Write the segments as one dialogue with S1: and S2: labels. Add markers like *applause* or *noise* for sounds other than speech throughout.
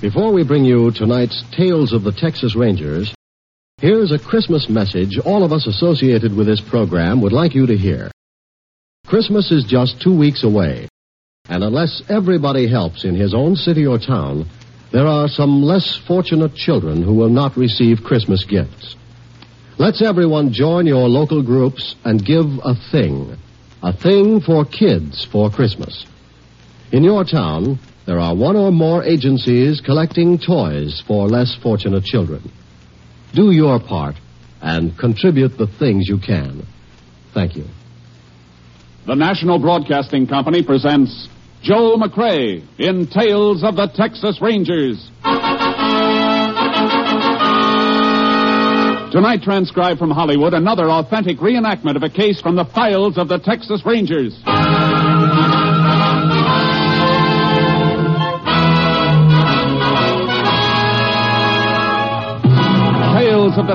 S1: Before we bring you tonight's Tales of the Texas Rangers, here's a Christmas message all of us associated with this program would like you to hear. Christmas is just two weeks away, and unless everybody helps in his own city or town, there are some less fortunate children who will not receive Christmas gifts. Let's everyone join your local groups and give a thing. A thing for kids for Christmas. In your town, there are one or more agencies collecting toys for less fortunate children. Do your part and contribute the things you can. Thank you.
S2: The National Broadcasting Company presents Joe McRae in Tales of the Texas Rangers. Tonight, transcribed from Hollywood, another authentic reenactment of a case from the files of the Texas Rangers. Tales of the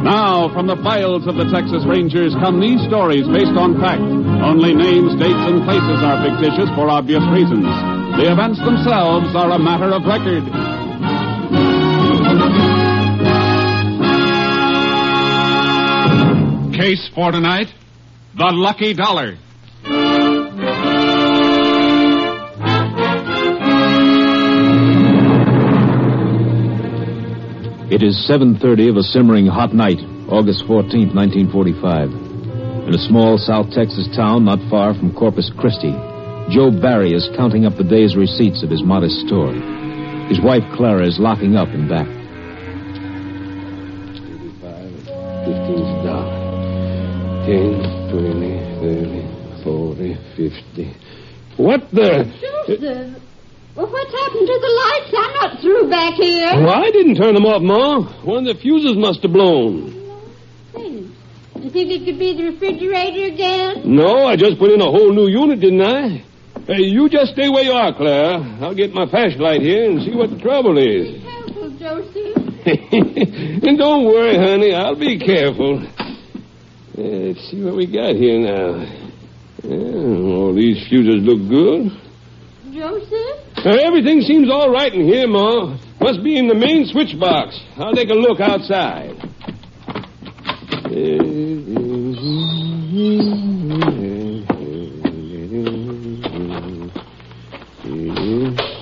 S2: Now, from the files of the Texas Rangers come these stories based on fact. Only names, dates, and places are fictitious for obvious reasons. The events themselves are a matter of record. Case for tonight The Lucky Dollar.
S3: It is 7:30 of a simmering hot night, August 14th, 1945. In a small South Texas town not far from Corpus Christi, Joe Barry is counting up the day's receipts of his modest store. His wife Clara is locking up in back.
S4: Fifteen dollars. Ten, twenty, thirty, forty, fifty. What the?
S5: Joseph, well, what's happened to the lights? I'm not through back here.
S4: Well, I didn't turn them off, Ma. One of the fuses must have blown.
S5: Thing. You think it could be the refrigerator again?
S4: No, I just put in a whole new unit, didn't I? Hey, you just stay where you are, Claire. I'll get my flashlight here and see what the trouble is. *laughs*
S5: Be careful, Joseph.
S4: and don't worry, honey. I'll be careful. Uh, let's see what we got here now. Yeah, all these fuses look good.
S5: Joseph?
S4: Uh, everything seems all right in here, Ma. Must be in the main switch box. I'll take a look outside.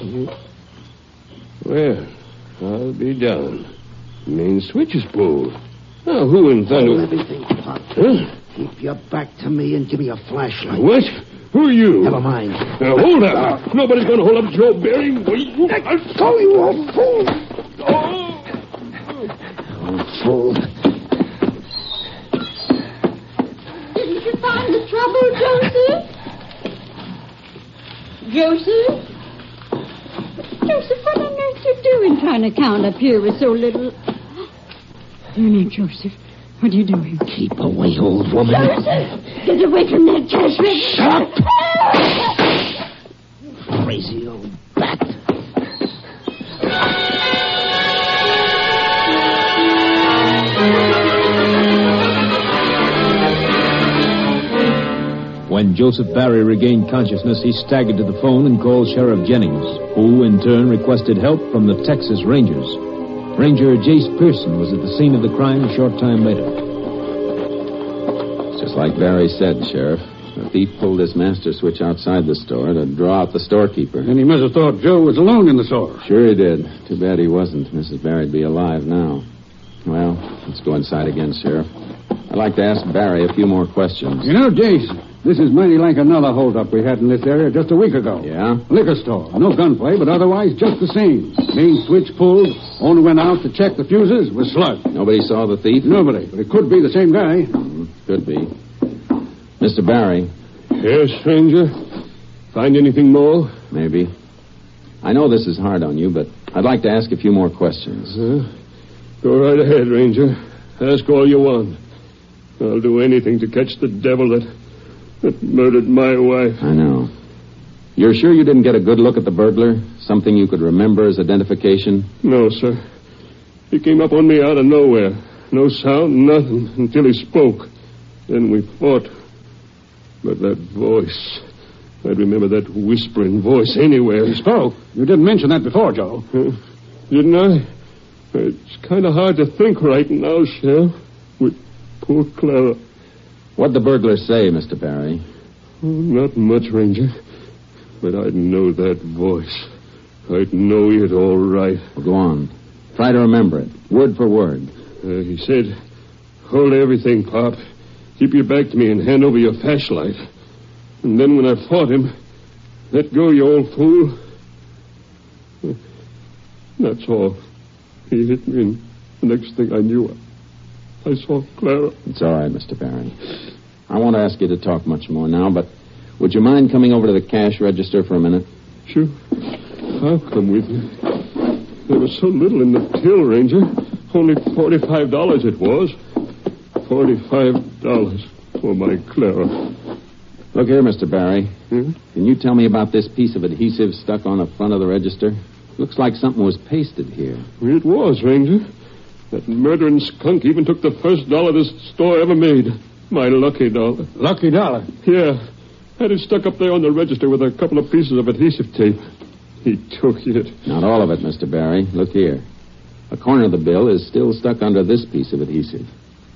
S4: Mm-hmm. Well, I'll be down. Main switch is pulled. Now, who in
S6: Hold
S4: thunder?
S6: everything, Pop.
S4: Huh?
S6: Keep your back to me and give me a flashlight.
S4: What? Who are you?
S6: Never mind.
S4: Now, hold up. Nobody's going to hold up Joe Barry. I'll show you, old fool. Oh.
S6: Fool.
S5: Didn't you find the trouble, Joseph? Joseph? Joseph, what on earth you doing trying to count up here with so little... Dear me, Joseph, what are you doing?
S6: Keep away, old woman.
S5: Joseph! Get away from that cash register!
S6: Crazy old bat.
S3: When Joseph Barry regained consciousness, he staggered to the phone and called Sheriff Jennings, who in turn requested help from the Texas Rangers. Ranger Jace Pearson was at the scene of the crime a short time later.
S7: Just like Barry said, Sheriff, the thief pulled his master switch outside the store to draw out the storekeeper.
S2: And he must have thought Joe was alone in the store.
S7: Sure he did. Too bad he wasn't. Mrs. Barry'd be alive now. Well, let's go inside again, Sheriff. I'd like to ask Barry a few more questions.
S2: You know, Jace, this is mighty like another holdup we had in this area just a week ago.
S7: Yeah?
S2: Liquor store. No gunplay, but otherwise just the same. Main switch pulled. Owner went out to check the fuses. Was slugged.
S7: Nobody saw the thief?
S2: Nobody, but it could be the same guy.
S7: Could be. Mr. Barry,
S4: Yes, stranger. Find anything more?
S2: Uh-huh.
S7: maybe. I know this is hard on you, but I'd like to ask a few more questions.
S4: Huh? Go right ahead, Ranger. Ask all you want. I'll do anything to catch the devil that, that murdered my wife.
S7: I know. You're sure you didn't get a good look at the burglar? Something you could remember as identification?
S4: No, sir. He came up on me out of nowhere. No sound, nothing, until he spoke. Then we fought. But that voice. I'd remember that whispering voice anywhere.
S8: He spoke. You didn't mention that before, Joe.
S4: Huh? Didn't I? It's kind of hard to think right now, Sheriff. With poor Clara.
S7: What'd the burglar say, Mr. Barry?
S4: Oh, Not much, Ranger. But I'd know that voice. I'd know it all right.
S7: Well, go on. Try to remember it, word for word.
S4: Uh, he said, Hold everything, Pop. Keep your back to me and hand over your flashlight. And then when I fought him, let go, you old fool. That's all. He hit me, and the next thing I knew, I saw Clara.
S7: It's all right, Mr. Barry. I won't ask you to talk much more now, but would you mind coming over to the cash register for a minute?
S4: Sure. I'll come with you. There was so little in the till, Ranger. Only forty-five dollars it was. Forty-five dollars for my Clara.
S7: Look here, Mr. Barry.
S4: Hmm?
S7: Can you tell me about this piece of adhesive stuck on the front of the register? Looks like something was pasted here.
S4: It was, Ranger. That murdering skunk even took the first dollar this store ever made. My lucky dollar.
S8: Lucky dollar.
S4: Yeah. Had it stuck up there on the register with a couple of pieces of adhesive tape. He took it.
S7: Not all of it, Mr. Barry. Look here. A corner of the bill is still stuck under this piece of adhesive.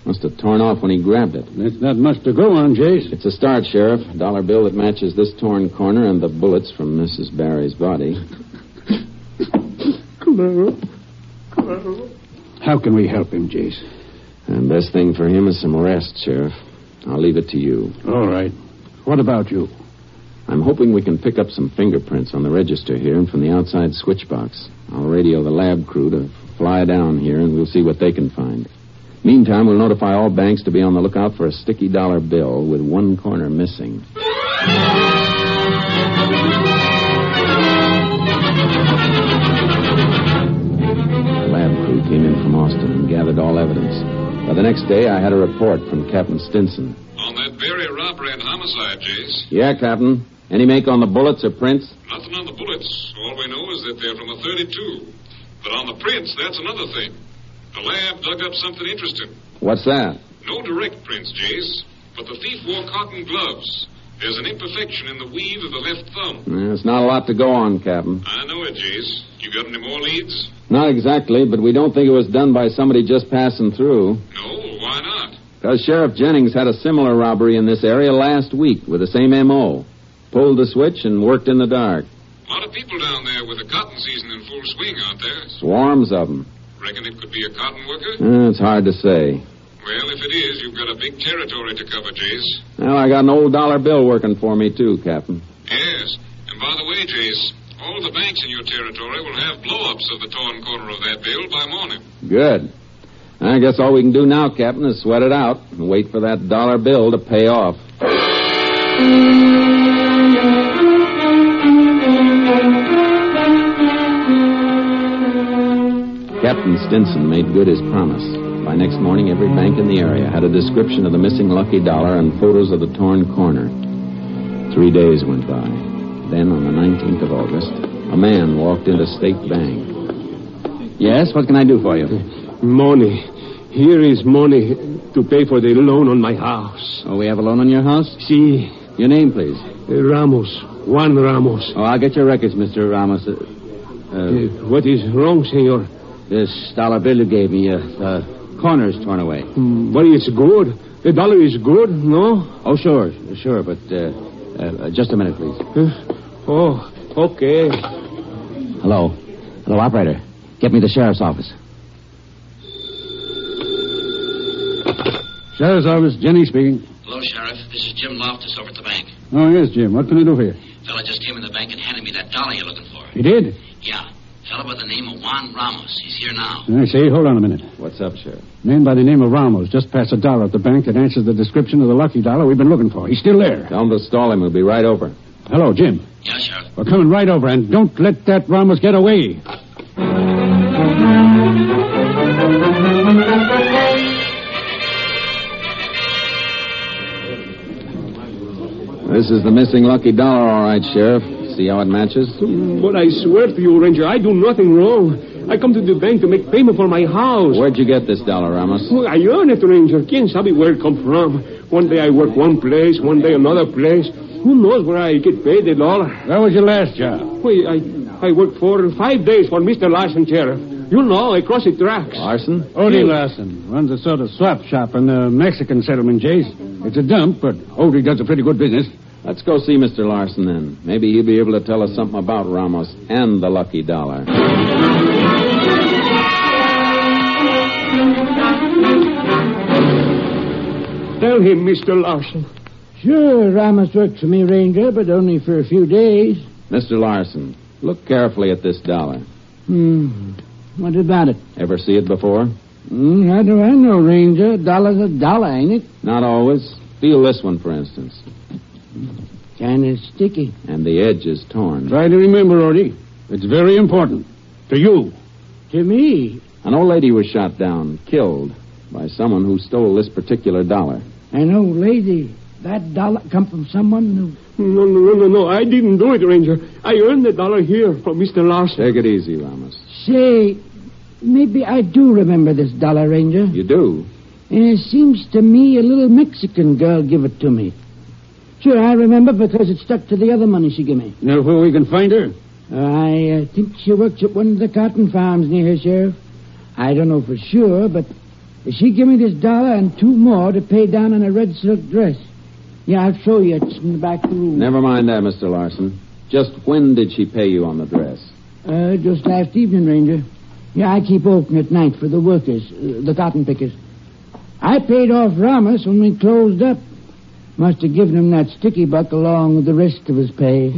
S7: Must have torn off when he grabbed it.
S8: That's not much to go on, Jase.
S7: It's a start, Sheriff. A dollar bill that matches this torn corner and the bullets from Mrs. Barry's body.
S4: Clara. Clara.
S8: How can we help him, Jase?
S7: And best thing for him is some rest, Sheriff. I'll leave it to you.
S8: All right. What about you?
S7: I'm hoping we can pick up some fingerprints on the register here and from the outside switch box. I'll radio the lab crew to fly down here and we'll see what they can find. Meantime, we'll notify all banks to be on the lookout for a sticky dollar bill with one corner missing. The lab crew came in from Austin and gathered all evidence. By the next day, I had a report from Captain Stinson.
S9: On that very robbery and homicide, Jase.
S7: Yeah, Captain. Any make on the bullets or prints?
S9: Nothing on the bullets. All we know is that they're from a 32. But on the prints, that's another thing. The lab dug up something interesting.
S7: What's that?
S9: No direct prints, Jase, but the thief wore cotton gloves. There's an imperfection in the weave of the left thumb.
S7: There's not a lot to go on, Captain.
S9: I know it, Jase. You got any more leads?
S7: Not exactly, but we don't think it was done by somebody just passing through.
S9: No, Oh, why not?
S7: Because Sheriff Jennings had a similar robbery in this area last week with the same M.O. Pulled the switch and worked in the dark.
S9: A lot of people down there with the cotton season in full swing, aren't there?
S7: Swarms of them.
S9: Reckon it could be a cotton worker?
S7: Eh, it's hard to say.
S9: Well, if it is, you've got a big territory to cover, Jase.
S7: Well, I got an old dollar bill working for me, too, Captain.
S9: Yes. And by the way, Jase, all the banks in your territory will have blow-ups of the torn corner of that bill by morning.
S7: Good. I guess all we can do now, Captain, is sweat it out and wait for that dollar bill to pay off. Captain Stinson made good his promise. By next morning, every bank in the area had a description of the missing lucky dollar and photos of the torn corner. Three days went by. Then, on the 19th of August, a man walked into State Bank. Yes, what can I do for you?
S3: Money. Here is money to pay for the loan on my house.
S7: Oh, we have a loan on your house?
S3: See,
S7: Your name, please.
S3: Ramos. Juan Ramos.
S7: Oh, I'll get your records, Mr. Ramos. Uh,
S3: Uh,
S7: uh,
S3: what is wrong, senor?
S7: this dollar bill you gave me, uh, the corner's torn away.
S8: Hmm.
S3: Mm, But it's good. The dollar is good, no?
S7: Oh, sure, sure, but uh, uh, just a minute, please.
S3: Huh? Oh, okay.
S7: Hello. Hello, operator. Get me the sheriff's office.
S8: Sheriff's Office, Jenny speaking.
S10: Hello, Sheriff. This is Jim Loftus over at the bank.
S8: Oh, yes, Jim. What can I do for you?
S10: Fella just came in the bank and handed me that dollar you're looking for.
S8: He did?
S10: Yeah. Fella by the name of Juan Ramos. He's here now.
S8: I say, hold on a minute.
S7: What's up, Sheriff?
S8: Man by the name of Ramos just passed a dollar at the bank that answers the description of the lucky dollar we've been looking for. He's still there.
S7: Tell him to stall him. He'll be right over.
S8: Hello, Jim.
S10: Yeah, Sheriff.
S8: We're coming right over, and don't let that Ramos get away.
S7: is the missing lucky dollar, all right, Sheriff. See how it matches?
S5: But I swear to you, Ranger, I do nothing wrong. I come to the bank to make payment for my house.
S7: Where'd you get this dollar, Ramos?
S5: Well, I earn it, Ranger. Can't sabe where it come from. One day I work one place, one day another place. Who knows where I get paid the dollar?
S8: Where was your last job?
S5: Wait, I, I worked for five days for Mr. Larson, Sheriff. You know, across the tracks.
S7: Larson?
S8: Odie Larson runs a sort of swap shop in the Mexican settlement, Jase. It's a dump, but Odie does a pretty good business.
S7: Let's go see Mr. Larson then. Maybe he'll be able to tell us something about Ramos and the lucky dollar.
S5: Tell him, Mr. Larson.
S10: Sure, Ramos worked for me, Ranger, but only for a few days.
S7: Mr. Larson, look carefully at this dollar.
S10: Hmm. What about it?
S7: Ever see it before?
S10: Hmm, how do I know, Ranger? A dollar's a dollar, ain't it?
S7: Not always. Feel this one, for instance.
S10: Kinda sticky.
S7: And the edge is torn.
S8: Try to remember, Odie. It's very important. To you.
S10: To me,
S7: An old lady was shot down, killed, by someone who stole this particular dollar.
S10: an old lady. That dollar come from someone who
S5: No, no, no, no, no. I didn't do it, Ranger. I earned the dollar here from Mr. Larson.
S7: Take it easy, Ramos.
S10: Say, maybe I do remember this dollar, Ranger.
S7: You do?
S10: And it seems to me a little Mexican girl give it to me. Sure, I remember because it stuck to the other money she gave me.
S8: Know where we can find her?
S10: I uh, think she works at one of the cotton farms near here, Sheriff. I don't know for sure, but she give me this dollar and two more to pay down on a red silk dress. Yeah, I'll show you. It's in the back room.
S7: Never mind that, Mr. Larson. Just when did she pay you on the dress?
S10: Uh, just last evening, Ranger. Yeah, I keep open at night for the workers, uh, the cotton pickers. I paid off Ramos when we closed up. Must have given him that sticky buck along with the rest of his pay.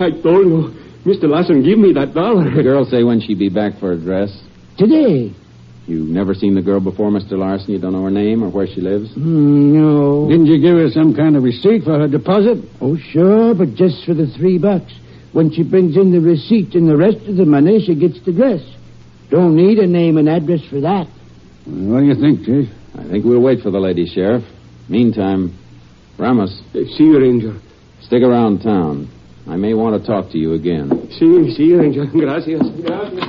S5: I told you, Mr. Larson give me that dollar.
S7: The girl say when she'd be back for a dress.
S10: Today?
S7: You've never seen the girl before, Mr. Larson. You don't know her name or where she lives.
S10: Hmm, no.
S8: Didn't you give her some kind of receipt for her deposit?
S10: Oh, sure, but just for the three bucks. When she brings in the receipt and the rest of the money, she gets the dress. Don't need a name and address for that.
S8: What do you think, Chief?
S7: I think we'll wait for the lady, Sheriff. Meantime, Ramos,
S5: See you, Ranger.
S7: stick around town. I may want to talk to you again.
S5: See you, Mm, see you, Ranger. Gracias. Gracias.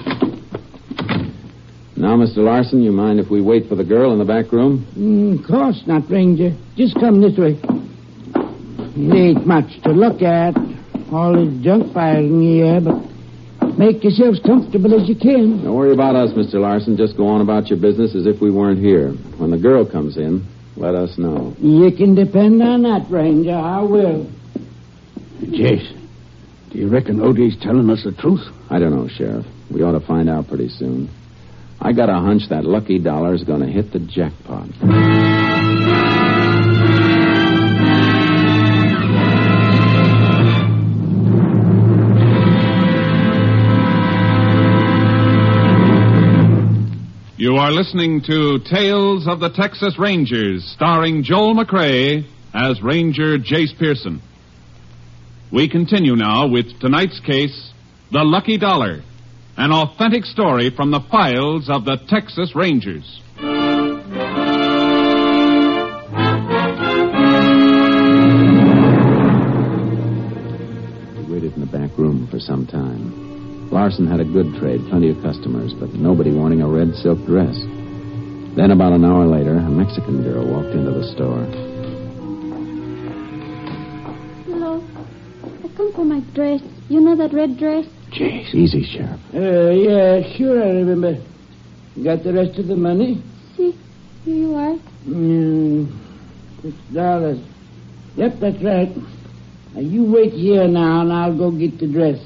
S7: Now, Mr. Larson, you mind if we wait for the girl in the back room?
S10: Mm, of course not, Ranger. Just come this way. It ain't much to look at. All this junk piled in here, but make yourselves comfortable as you can.
S7: Don't worry about us, Mr. Larson. Just go on about your business as if we weren't here. When the girl comes in, let us know.
S10: You can depend on that, Ranger. I will.
S8: Jase, do you reckon Odie's telling us the truth?
S7: I don't know, Sheriff. We ought to find out pretty soon. I got a hunch that lucky dollar's going to hit the jackpot.
S2: You are listening to Tales of the Texas Rangers, starring Joel McRae as Ranger Jace Pearson. We continue now with tonight's case, The Lucky Dollar, an authentic story from the files of the Texas Rangers.
S7: We waited in the back room for some time. Larson had a good trade, plenty of customers, but nobody wanting a red silk dress. Then, about an hour later, a Mexican girl walked into the store.
S11: Hello. I come for my dress. You know that red dress?
S7: Jeez, easy, Sheriff.
S10: Uh, yeah, sure, I remember. Got the rest of the money?
S11: See, here you are.
S10: Mm, six dollars. Yep, that's right. Now, you wait here now, and I'll go get the dress.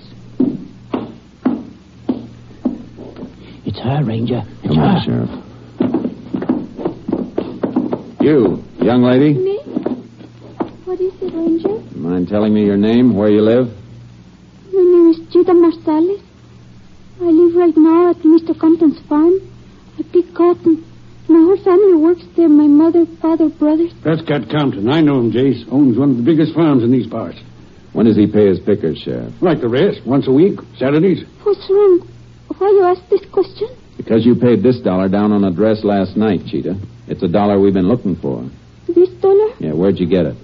S10: It's her, Ranger. It's
S7: Come on, Sheriff. You, young lady,
S11: Me? What is it, Ranger?
S7: mind telling me your name, where you live?
S11: My name is Judah Marsales. I live right now at Mr. Compton's farm. I pick cotton. My whole family works there. My mother, father, brothers.
S8: That's Cat Compton. I know him, Jase. Owns one of the biggest farms in these parts.
S7: When does he pay his pickers, Sheriff?
S8: Like the rest, once a week, Saturdays.
S11: What's wrong? Why you ask this question?
S7: Because you paid this dollar down on a dress last night, Cheetah. It's a dollar we've been looking for.
S11: This dollar?
S7: Yeah, where'd you get it?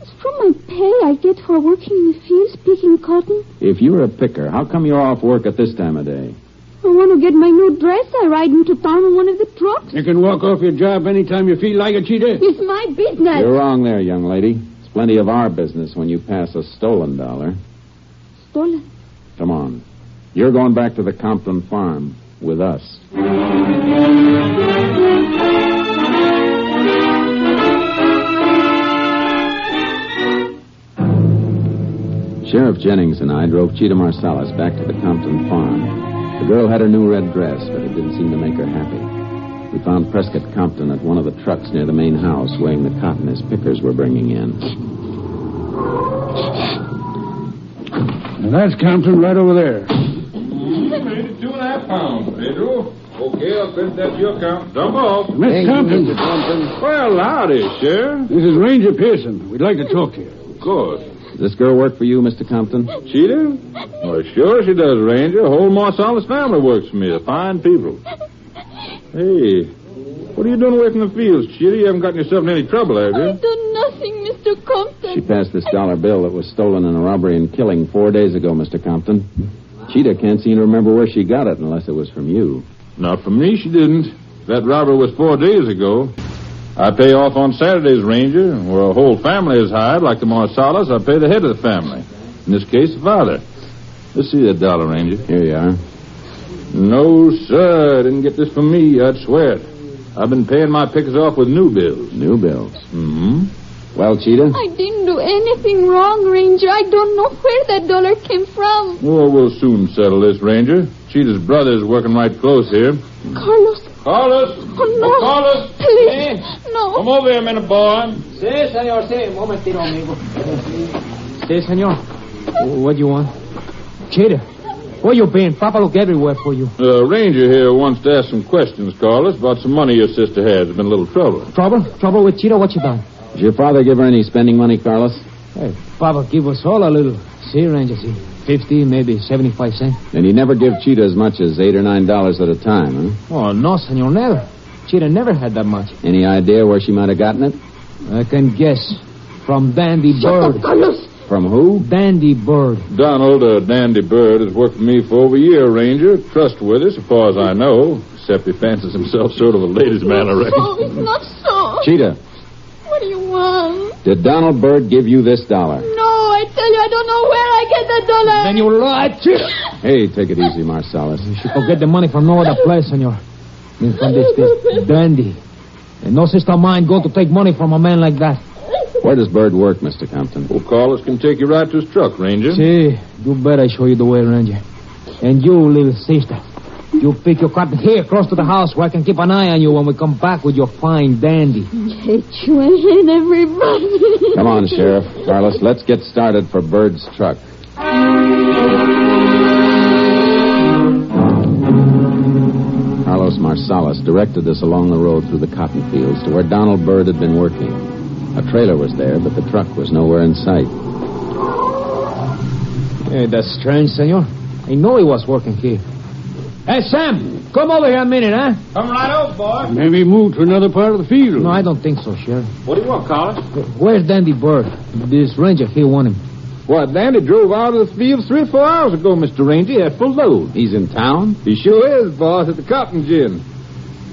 S11: It's From my pay I get for working the fields picking cotton.
S7: If you're a picker, how come you're off work at this time of day?
S11: I want to get my new dress. I ride into town in one of the trucks.
S5: You can walk off your job anytime you feel like it, cheetah.
S11: It's my business.
S7: You're wrong there, young lady. It's plenty of our business when you pass a stolen dollar.
S11: Stolen.
S7: Come on. You're going back to the Compton farm with us. Sheriff Jennings and I drove Cheetah Marsalis back to the Compton farm. The girl had her new red dress, but it didn't seem to make her happy. We found Prescott Compton at one of the trucks near the main house weighing the cotton his pickers were bringing in.
S5: Now, that's Compton right over there.
S12: Made it two and a half pounds, Pedro. Okay, I'll send that to your account. Dump off.
S5: Miss Compton.
S12: Well, howdy, Sheriff.
S5: This is Ranger Pearson. We'd like to talk to you.
S12: Of course.
S7: Does this girl work for you, Mr. Compton?
S12: Cheetah? Oh, sure she does, Ranger. The whole Marsalis family works for me. They're fine people.
S11: *laughs*
S12: Hey, what are you doing away from the fields, Cheetah? You haven't gotten yourself in any trouble, have you?
S11: I've done nothing, Mr. Compton.
S7: She passed this dollar bill that was stolen in a robbery and killing four days ago, Mr. Compton. Cheetah can't seem to remember where she got it unless it was from you.
S12: Not from me, she didn't. That robbery was four days ago. I pay off on Saturdays, Ranger, and where a whole family is hired, like the Marsalis, I pay the head of the family. In this case, the father. Let's see that dollar, Ranger.
S7: Here you are.
S12: No, sir. I didn't get this from me. I'd swear it. I've been paying my pickers off with new bills.
S7: New bills.
S12: Mm-hmm.
S7: Well, Cheetah?
S11: I didn't do anything wrong, Ranger. I don't know where that dollar came from.
S12: Well, we'll soon settle this, Ranger. Cheetah's brother is working right close here.
S11: Carlos,
S12: Carlos!
S11: Oh, no.
S12: Oh, Carlos!
S11: please.
S5: Eh?
S11: No.
S12: Come over here a minute, boy.
S13: Sí, senor, sí. Un momentito, amigo.
S3: Say, senor, what do you want? Cheetah, where you been? Papa look everywhere for you.
S12: The ranger here wants to ask some questions, Carlos, about some money your sister has. Been a little trouble.
S3: Trouble? Trouble with Cheetah? What you done?
S7: Did your father give her any spending money, Carlos?
S3: Hey, Papa give us all a little. See, Ranger, see. Fifty, maybe seventy-five cents.
S7: And he never give Cheetah as much as eight or nine dollars at a time, huh?
S3: Oh, no, senor, never. Cheetah never had that much.
S7: Any idea where she might have gotten it?
S3: I can guess. From Dandy Bird.
S7: From who?
S3: Dandy Bird.
S12: Donald, uh, Dandy Bird, has worked for me for over a year, Ranger. Trustworthy, so far as I know. Except he fancies himself sort of a ladies' man, I reckon.
S11: Oh, it's not so.
S7: Cheetah,
S11: What do you want?
S7: did Donald Bird give you this dollar?
S11: No, I tell you, I don't know where I get that dollar.
S3: Then you lied, Cheetah.
S7: Hey, take it easy, Marsalis.
S3: She forget Oh, the money from no other place, senor. Mean from this, this dandy. And no sister of mine go to take money from a man like that.
S7: Where does Bird work, Mr. Compton?
S12: Well, Carlos can take you right to his truck, Ranger.
S3: See, you better I show you the way, Ranger. And you, little sister, you pick your cotton here close to the house where I can keep an eye on you when we come back with your fine dandy.
S11: Get you ahead, everybody.
S7: Come on, Sheriff. Carlos, let's get started for Bird's truck. Carlos Marsalis directed us along the road through the cotton fields to where Donald Bird had been working. A trailer was there, but the truck was nowhere in sight.
S3: Hey, that's strange, senor. I know he was working here. Hey, Sam, come over here a minute, huh?
S12: Come right over, boy.
S5: Maybe move to another part of the field.
S3: No, I don't think so, Sheriff.
S12: What do you want, Carlos?
S3: Where's Dandy Bird? This ranger here want him.
S12: Why, Dandy drove out of the field three or four hours ago, Mr. Ranger. He had full load.
S7: He's in town?
S12: He sure is, boss, at the cotton gin.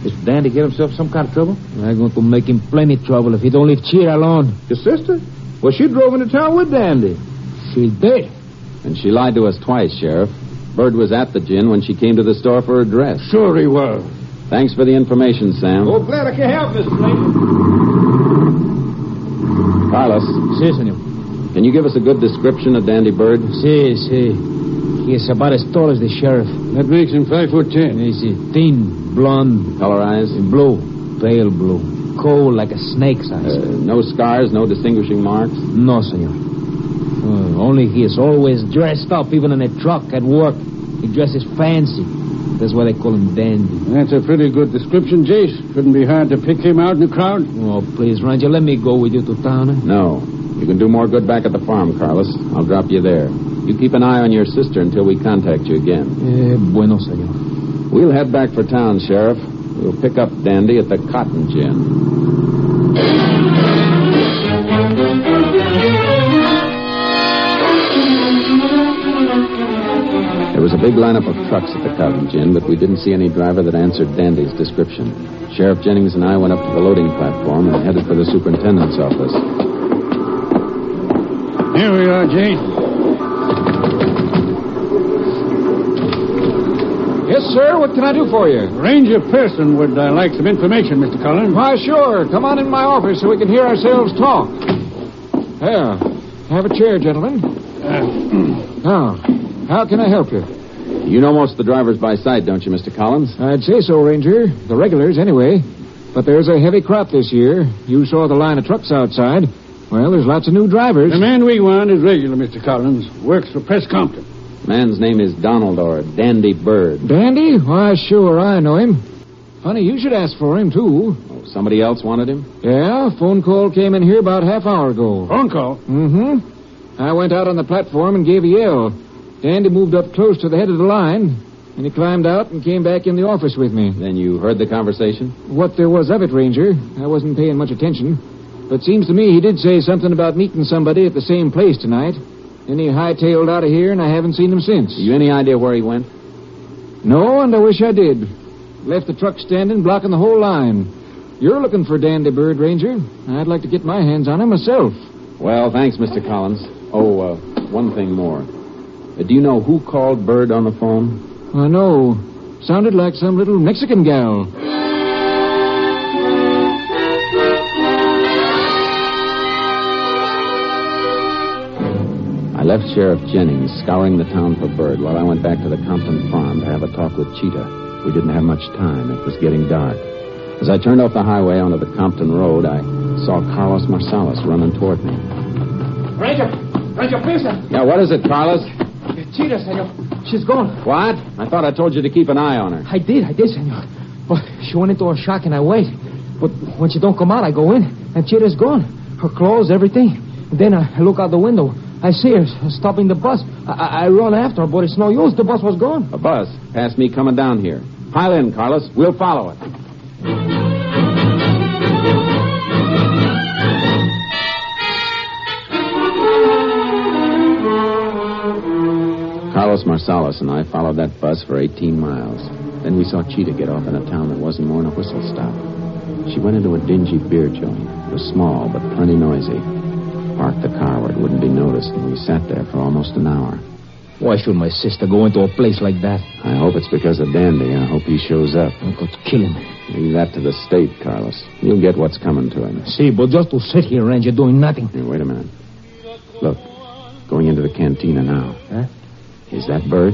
S3: Is Dandy get himself some kind of trouble? I'm going to make him plenty trouble if he don't leave Cheer alone.
S12: Your sister? Well, she drove into town with Dandy.
S3: She's dead.
S7: And she lied to us twice, Sheriff. Bird was at the gin when she came to the store for her dress.
S5: Sure he was.
S7: Thanks for the information, Sam.
S12: Oh, glad I can help, Mr. Ranger.
S7: Carlos,
S3: Si, senor.
S7: can you give us a good description of Dandy Bird?
S3: Si, si. He is about as tall as the sheriff.
S5: That makes him five foot ten.
S3: He's a thin, blonde,
S7: Color eyes?
S3: blue, pale blue, cold like a snake's
S7: Uh,
S3: eyes.
S7: no scars, no distinguishing marks?
S3: No, senor. Uh, only he is always dressed up, even in a truck at work. He dresses fancy. That's why they call him dandy.
S5: That's a pretty good description, Jace. Couldn't be hard to pick him out in the crowd.
S3: Oh, please, Ranger, let me go with you to town. eh? Huh?
S7: No. You can do more good back at the farm, Carlos. I'll drop you there. You keep an eye on your sister until we contact you again.
S3: Eh, bueno, senor.
S7: We'll head back for town, Sheriff. We'll pick up Dandy at the cotton gin. big lineup of trucks at the cottage inn, but we didn't see any driver that answered Dandy's description. Sheriff Jennings and I went up to the loading platform and headed for the superintendent's office.
S8: Here we are, Jane.
S14: Yes, sir. What can I do for you?
S8: Ranger Pearson would uh, like some information, Mr. Cullen.
S14: Why, sure. Come on in my office so we can hear ourselves talk. There. Have a chair, gentlemen.
S8: Uh, *clears throat*
S14: Ah, now, how can I help you?
S7: You know most of the drivers by sight, don't you, Mr. Collins?
S14: I'd say so, Ranger. The regulars, anyway. But there's a heavy crop this year. You saw the line of trucks outside. Well, there's lots of new drivers.
S8: The man we want is regular, Mr. Collins. Works for Press Compton.
S7: Man's name is Donald or Dandy Bird.
S14: Dandy? Why, sure, I know him. Funny, you should ask for him, too.
S7: Oh, somebody else wanted him?
S14: Yeah, phone call came in here about half hour ago.
S8: Phone call?
S14: Mm-hmm. I went out on the platform and gave a yell. Dandy moved up close to the head of the line, and he climbed out and came back in the office with me.
S7: Then you heard the conversation?
S14: What there was of it, Ranger. I wasn't paying much attention. But seems to me he did say something about meeting somebody at the same place tonight. Then he hightailed out of here, and I haven't seen him since.
S7: You any idea where he went?
S14: No, and I wish I did. Left the truck standing, blocking the whole line. You're looking for Dandy Bird, Ranger. I'd like to get my hands on him myself.
S7: Well, thanks, Mr. Collins. Oh, uh, one thing more. Uh, do you know who called Bird on the phone?
S14: I know. Sounded like some little Mexican gal.
S7: I left Sheriff Jennings scouring the town for Bird while I went back to the Compton farm to have a talk with Cheetah. We didn't have much time. It was getting dark. As I turned off the highway onto the Compton Road, I saw Carlos Marsalis running toward me.
S5: Ranger! Ranger Pearson!
S7: Yeah, what is it, Carlos?
S5: It's Cheetah, senor. She's gone.
S7: What? I thought I told you to keep an eye on her.
S3: I did, I did, senor. But she went into a shock and I waited. But when she don't come out, I go in, and Cheetah's gone. Her clothes, everything. Then I look out the window. I see her stopping the bus. I, I, I run after her, but it's no use. The bus was gone.
S7: A bus? Past me coming down here. Pile in, Carlos. We'll follow it. Carlos Marsalis and I followed that bus for 18 miles. Then we saw Cheetah get off in a town that wasn't more than a whistle stop. She went into a dingy beer joint. It was small, but plenty noisy parked the car where it wouldn't be noticed, and we sat there for almost an hour.
S3: Why should my sister go into a place like that? Oh,
S7: I hope it's because of Dandy. I hope he shows up.
S3: I'm going to kill him.
S7: Leave that to the state, Carlos. You'll get what's coming to him.
S3: See, but just to sit here, Ranger, doing nothing.
S7: Hey, wait a minute. Look, going into the cantina now.
S3: Huh?
S7: Is that bird?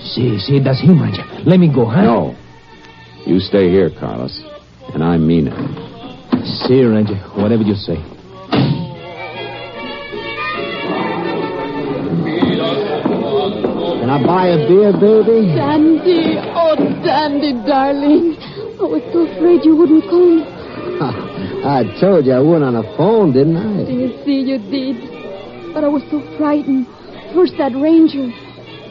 S3: See, see, that's him, Ranger. Let me go, huh?
S7: No. You stay here, Carlos. And I mean it.
S3: See, Ranger, whatever you say.
S13: Can I buy a beer, baby? *laughs*
S11: Dandy, oh, Dandy, darling. I was so afraid you wouldn't come.
S13: I told you I went on the phone, didn't I?
S11: Do you see you did? But I was so frightened. First that ranger.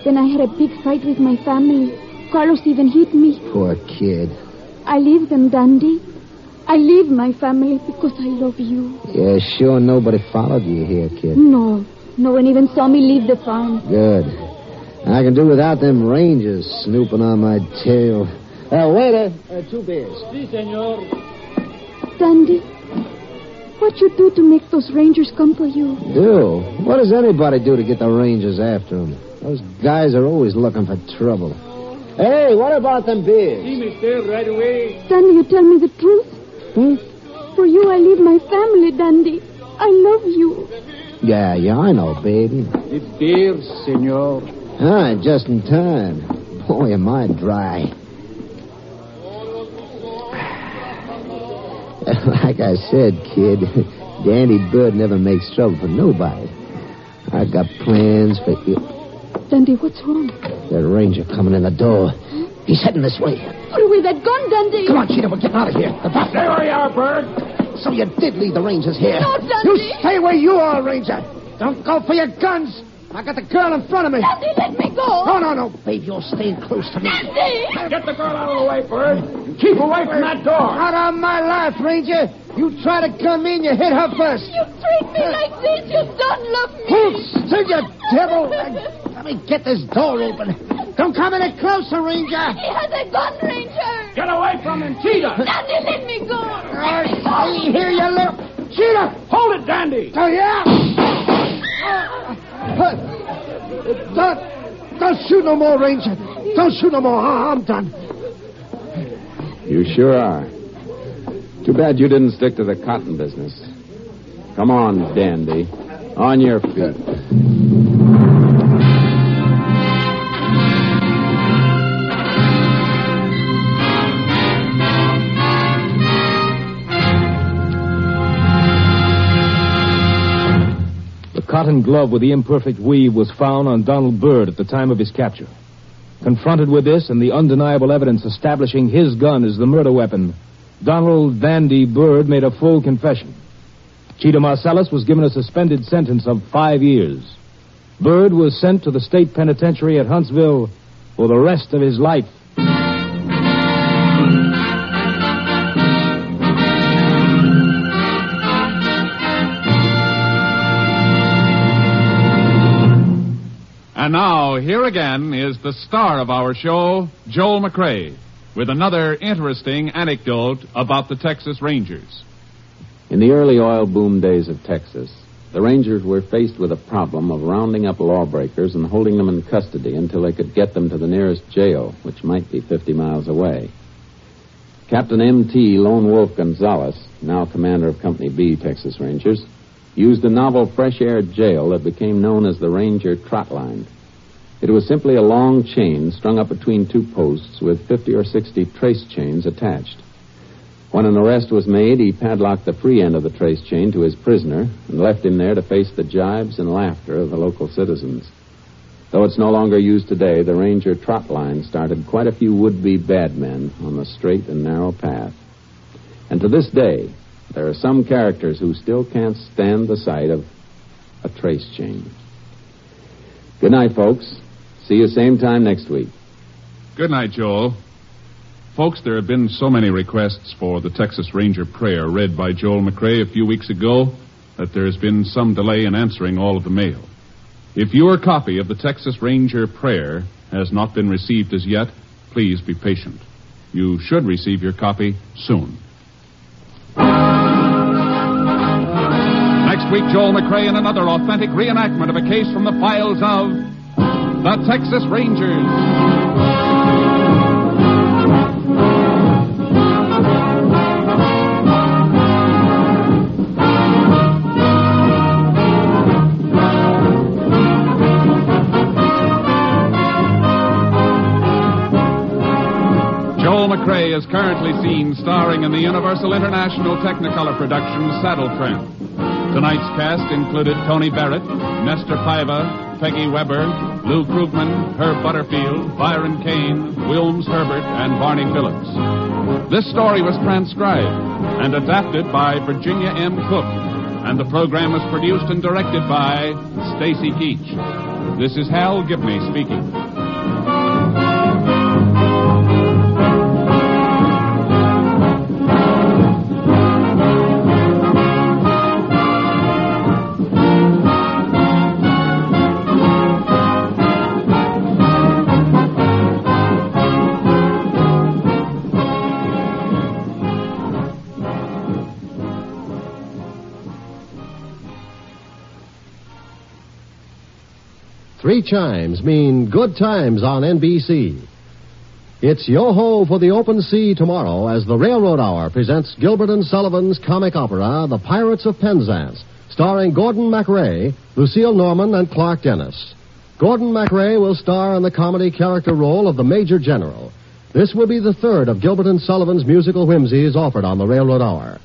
S11: Then I had a big fight with my family. Carlos even hit me.
S13: Poor kid.
S11: I leave them, Dandy. I leave my family because I love you.
S13: Yeah, sure nobody followed you here, kid.
S11: No. No one even saw me leave the farm.
S13: Good. I can do without them rangers snooping on my tail. Uh, waiter, uh, two beers.
S5: Si, senor.
S11: Dandy, what you do to make those rangers come for you?
S13: Do? What does anybody do to get the rangers after them? Those guys are always looking for trouble. Hey, what about them beers?
S5: Si, mister, right away.
S11: Dandy, you tell me the truth.
S13: Hmm?
S11: For you, I leave my family, Dandy. I love you.
S13: Yeah, yeah, I know, baby.
S5: The beers, senor.
S13: Ah, just in time. Boy, am I dry. *laughs* like I said, kid, *laughs* Dandy Bird never makes trouble for nobody. I got plans for you.
S11: Dandy, what's wrong?
S13: That ranger coming in the door. He's heading this way.
S11: Put away that gun, Dandy.
S13: Come on, Cheetah, we're getting out of here. The doctor.
S5: There we are, Bird.
S13: So you did leave the rangers here.
S11: No, Dandy.
S13: You stay where you are, ranger. Don't go for your guns. I got the girl in front of me.
S11: Dandy, let me go.
S13: No, no, no, babe. You're staying close to me.
S11: Dandy!
S5: Get the girl out of the way, Bird. And keep away from that door.
S13: Out of my life, Ranger. You try to gun me and you hit her first.
S11: You treat me like this. You don't love me.
S13: Hold still, you devil. Let me get this door open.
S10: Don't come any closer, Ranger.
S15: He has a gun, Ranger.
S13: Get away from him, Cheetah.
S15: Dandy, let me go.
S10: Let me go. I hear you, little cheetah.
S13: Hold it, Dandy.
S10: Oh, yeah? don't, don't shoot no more, Ranger. Don't shoot no more. I- I'm done.
S7: You sure are. Too bad you didn't stick to the cotton business. Come on, Dandy. On your feet.
S16: The cotton glove with the imperfect weave was found on Donald Byrd at the time of his capture. Confronted with this and the undeniable evidence establishing his gun as the murder weapon, Donald Dandy Byrd made a full confession. Cheetah Marcellus was given a suspended sentence of five years. Byrd was sent to the state penitentiary at Huntsville for the rest of his life.
S2: And now, here again is the star of our show, Joel McRae, with another interesting anecdote about the Texas Rangers.
S7: In the early oil boom days of Texas, the Rangers were faced with a problem of rounding up lawbreakers and holding them in custody until they could get them to the nearest jail, which might be 50 miles away. Captain M.T. Lone Wolf Gonzalez, now commander of Company B, Texas Rangers, used a novel fresh air jail that became known as the Ranger Trot Line. It was simply a long chain strung up between two posts with 50 or 60 trace chains attached. When an arrest was made, he padlocked the free end of the trace chain to his prisoner and left him there to face the jibes and laughter of the local citizens. Though it's no longer used today, the Ranger Trot Line started quite a few would be bad men on the straight and narrow path. And to this day, there are some characters who still can't stand the sight of a trace chain. Good night, folks. See you same time next week.
S2: Good night, Joel. Folks, there have been so many requests for the Texas Ranger prayer read by Joel McRae a few weeks ago that there has been some delay in answering all of the mail. If your copy of the Texas Ranger prayer has not been received as yet, please be patient. You should receive your copy soon. Next week, Joel McRae in another authentic reenactment of a case from the files of the Texas Rangers. Joel McRae is currently seen starring in the Universal International Technicolor production Saddle Tramp. Tonight's cast included Tony Barrett, Nestor Paiva, Peggy Weber, Lou Krugman, Herb Butterfield, Byron Kane, Wilms Herbert, and Barney Phillips. This story was transcribed and adapted by Virginia M. Cook, and the program was produced and directed by Stacy Keach. This is Hal Gibney speaking.
S1: Three chimes mean good times on NBC. It's yo ho for the open sea tomorrow as the Railroad Hour presents Gilbert and Sullivan's comic opera, The Pirates of Penzance, starring Gordon MacRae, Lucille Norman, and Clark Dennis. Gordon MacRae will star in the comedy character role of the Major General. This will be the third of Gilbert and Sullivan's musical whimsies offered on the Railroad Hour.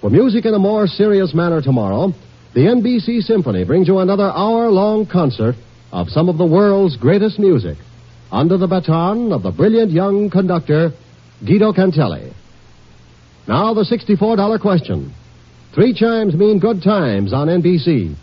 S1: For music in a more serious manner tomorrow, the NBC Symphony brings you another hour long concert of some of the world's greatest music under the baton of the brilliant young conductor Guido Cantelli. Now the $64 question. Three chimes mean good times on NBC.